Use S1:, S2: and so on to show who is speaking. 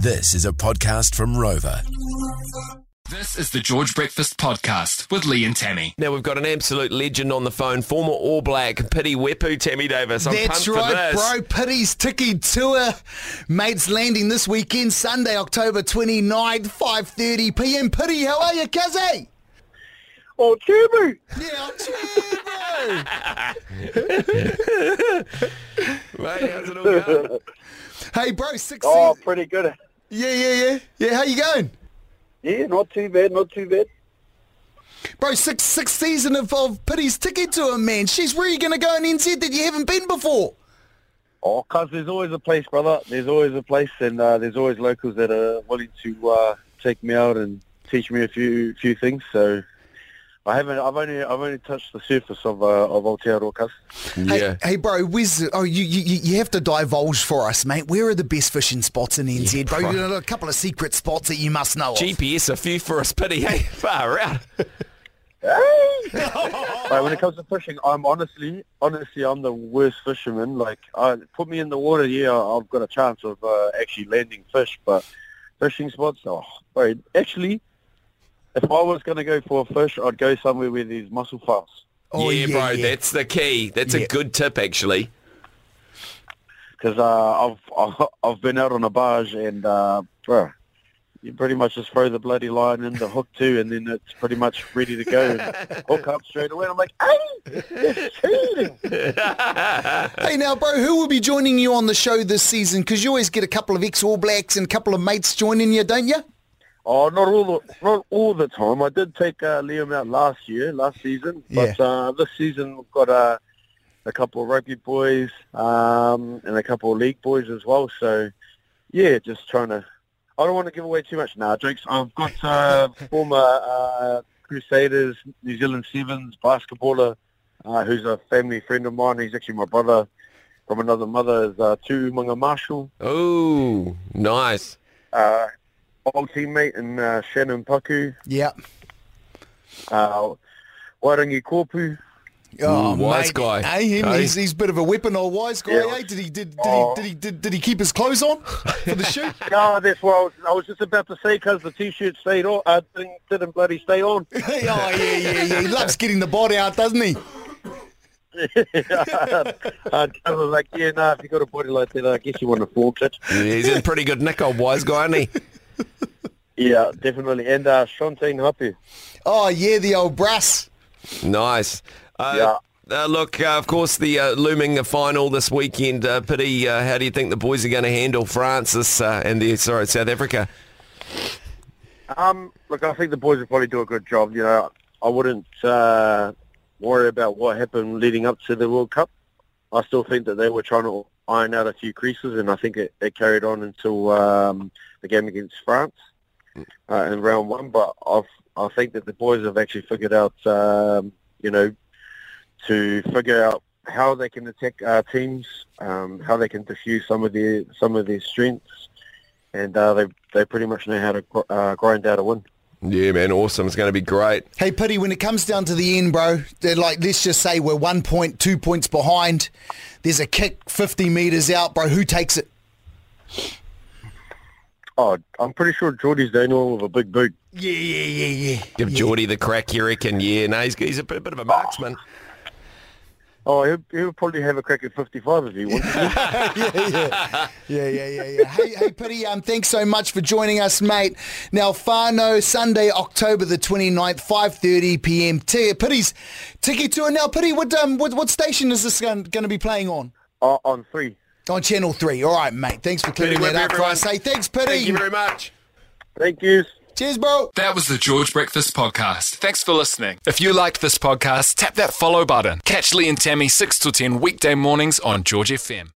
S1: This is a podcast from Rover.
S2: This is the George Breakfast Podcast with Lee and Tammy.
S3: Now we've got an absolute legend on the phone, former All Black Pity Wepu Tammy Davis. I'm
S4: That's
S3: pumped
S4: right,
S3: for this.
S4: bro. Pity's Tiki Tour. Mates landing this weekend, Sunday, October 29th, 5.30 p.m. Pity, how are you, Kazzy?
S5: Oh, Timmy!
S4: Yeah, cheers,
S3: Mate, how's it all going?
S4: bro. Hey, bro, six...
S5: Oh, pretty good.
S4: Yeah, yeah, yeah. Yeah, how you going?
S5: Yeah, not too bad, not too bad.
S4: Bro, six, sixth season of, of Pity's Tiki Tour, man. She's where you going to go in NZ that you haven't been before.
S5: Oh, 'cause there's always a place, brother. There's always a place, and uh, there's always locals that are willing to uh, take me out and teach me a few few things. So I haven't. I've only I've only touched the surface of uh, of Aotearoa, cuz.
S4: Hey,
S3: Yeah.
S4: hey, bro, where's... Oh, you, you, you you have to divulge for us, mate. Where are the best fishing spots in NZ, bro? You know, a couple of secret spots that you must know of.
S3: GPS a few for us, Pity. Hey, far out.
S5: Like, when it comes to fishing, I'm honestly, honestly, I'm the worst fisherman. Like, I, put me in the water, yeah, I've got a chance of uh, actually landing fish. But fishing spots, oh, bro, actually, if I was going to go for a fish, I'd go somewhere where there's mussel farms.
S4: Oh,
S3: yeah,
S4: yeah,
S3: bro,
S4: yeah.
S3: that's the key. That's a
S4: Yeah.
S3: good tip, actually.
S5: Because uh, I've I've been out on a barge and, uh, bro, you pretty much just throw the bloody line in the hook too, and then it's pretty much ready to go. And hook up straight away. And I'm like, hey, it's cheating.
S4: Hey now, bro, who will be joining you on the show this season? Because you always get a couple of ex-All Blacks and a couple of mates joining you, don't you?
S5: Oh, not all the not all the time. I did take uh, Liam out last year, last season, but
S4: Yeah.
S5: uh, this season we've got uh, a couple of rugby boys um, and a couple of league boys as well. So, yeah, just trying to. I don't want to give away too much now, jokes. I've got uh, former uh, Crusaders New Zealand Sevens basketballer uh, who's a family friend of mine. He's actually my brother from another mother. Is uh, Tumunga Marshall
S3: Oh, nice.
S5: uh, old teammate in uh, Shannon Paku,
S4: Yeah.
S5: uh, Wairangi Korpu.
S4: Oh,
S3: Ooh, wise
S4: mate.
S3: guy.
S4: Hey, him,
S3: Hey.
S4: He's, he's a bit of a weapon or wise guy.
S5: Yeah.
S4: eh? Did he did did,
S5: Oh.
S4: he, did he did did he keep his clothes on for the shoot?
S5: No, that's what I was, I was just about to say because the t-shirt stayed on. Uh, didn't, didn't bloody stay on.
S4: oh yeah, yeah, yeah. He loves getting the body out, doesn't he?
S5: Uh, I was like, yeah, no, if you got a body like that, I guess you want to flaunt it.
S3: Yeah, he's in pretty good nick, old wise guy, isn't he?
S5: Yeah, definitely. And uh, Shantine Happy.
S4: Oh yeah, the old brass.
S3: Nice. Uh, uh, look, uh, of course, the uh, looming final this weekend. Uh, Pity, uh, how do you think the boys are going to handle France this, uh, and the sorry South Africa?
S5: Um, look, I think the boys will probably do a good job. You know, I wouldn't uh, worry about what happened leading up to the World Cup. I still think that they were trying to iron out a few creases, and I think it, it carried on until um, the game against France uh, in round one. But I've, I think that the boys have actually figured out, um, you know, to figure out how they can attack our teams, um, how they can diffuse some of their some of their strengths, and uh, they they pretty much know how to gr- uh, grind out a win.
S3: Yeah, man, awesome. It's going to be great.
S4: Hey, Pity, when it comes down to the end, bro, they're like, let's just say we're one point, two points behind. There's a kick 50 metres out, bro. Who takes it?
S5: Oh, I'm pretty sure Geordie's the only one with a big boot.
S4: Yeah, yeah, yeah, yeah.
S3: Give Geordie the crack, you reckon? Yeah, no, he's, he's a bit, a bit of a marksman.
S5: Oh, he'll, he'll probably have a crack at 55 if he wants. to.
S4: Yeah, yeah, yeah, yeah. hey, hey, Pity, um, thanks so much for joining us, mate. Now, Fano, Sunday, October the 29th, 5.30pm. T- Pity's Tiki Tour. Now, Pity, what, um, what, what station is this going to be playing on?
S5: oh, on three.
S4: On Channel 3. All right, mate. Thanks for clearing
S3: Pity
S4: that
S3: Whipper,
S4: up for
S3: everyone.
S4: us. Hey, thanks, Pity.
S3: Thank you very much.
S5: Thank you.
S4: Cheers, bro.
S2: That was the George Breakfast Podcast. Thanks for listening. If you liked this podcast, tap that follow button. Catch Lee and Tammy 6 to 10 weekday mornings on George FM.